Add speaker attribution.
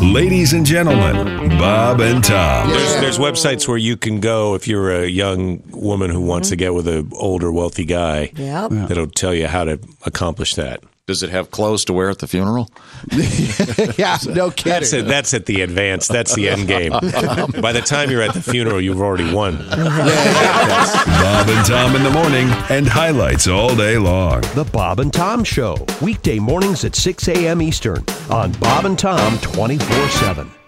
Speaker 1: Ladies and gentlemen, Bob and Tom.
Speaker 2: There's, there's websites where you can go if you're a young woman who wants to get with an older wealthy guy.
Speaker 3: Yep.
Speaker 2: That'll tell you how to accomplish that.
Speaker 4: Does it have clothes to wear at the funeral?
Speaker 5: yeah, no kidding.
Speaker 2: That's it. That's at the advance. That's the end game. By the time you're at the funeral, you've already won.
Speaker 1: Bob and Tom in the morning and highlights all day long.
Speaker 6: The Bob and Tom Show, weekday mornings at 6 a.m. Eastern on Bob and Tom 24 7.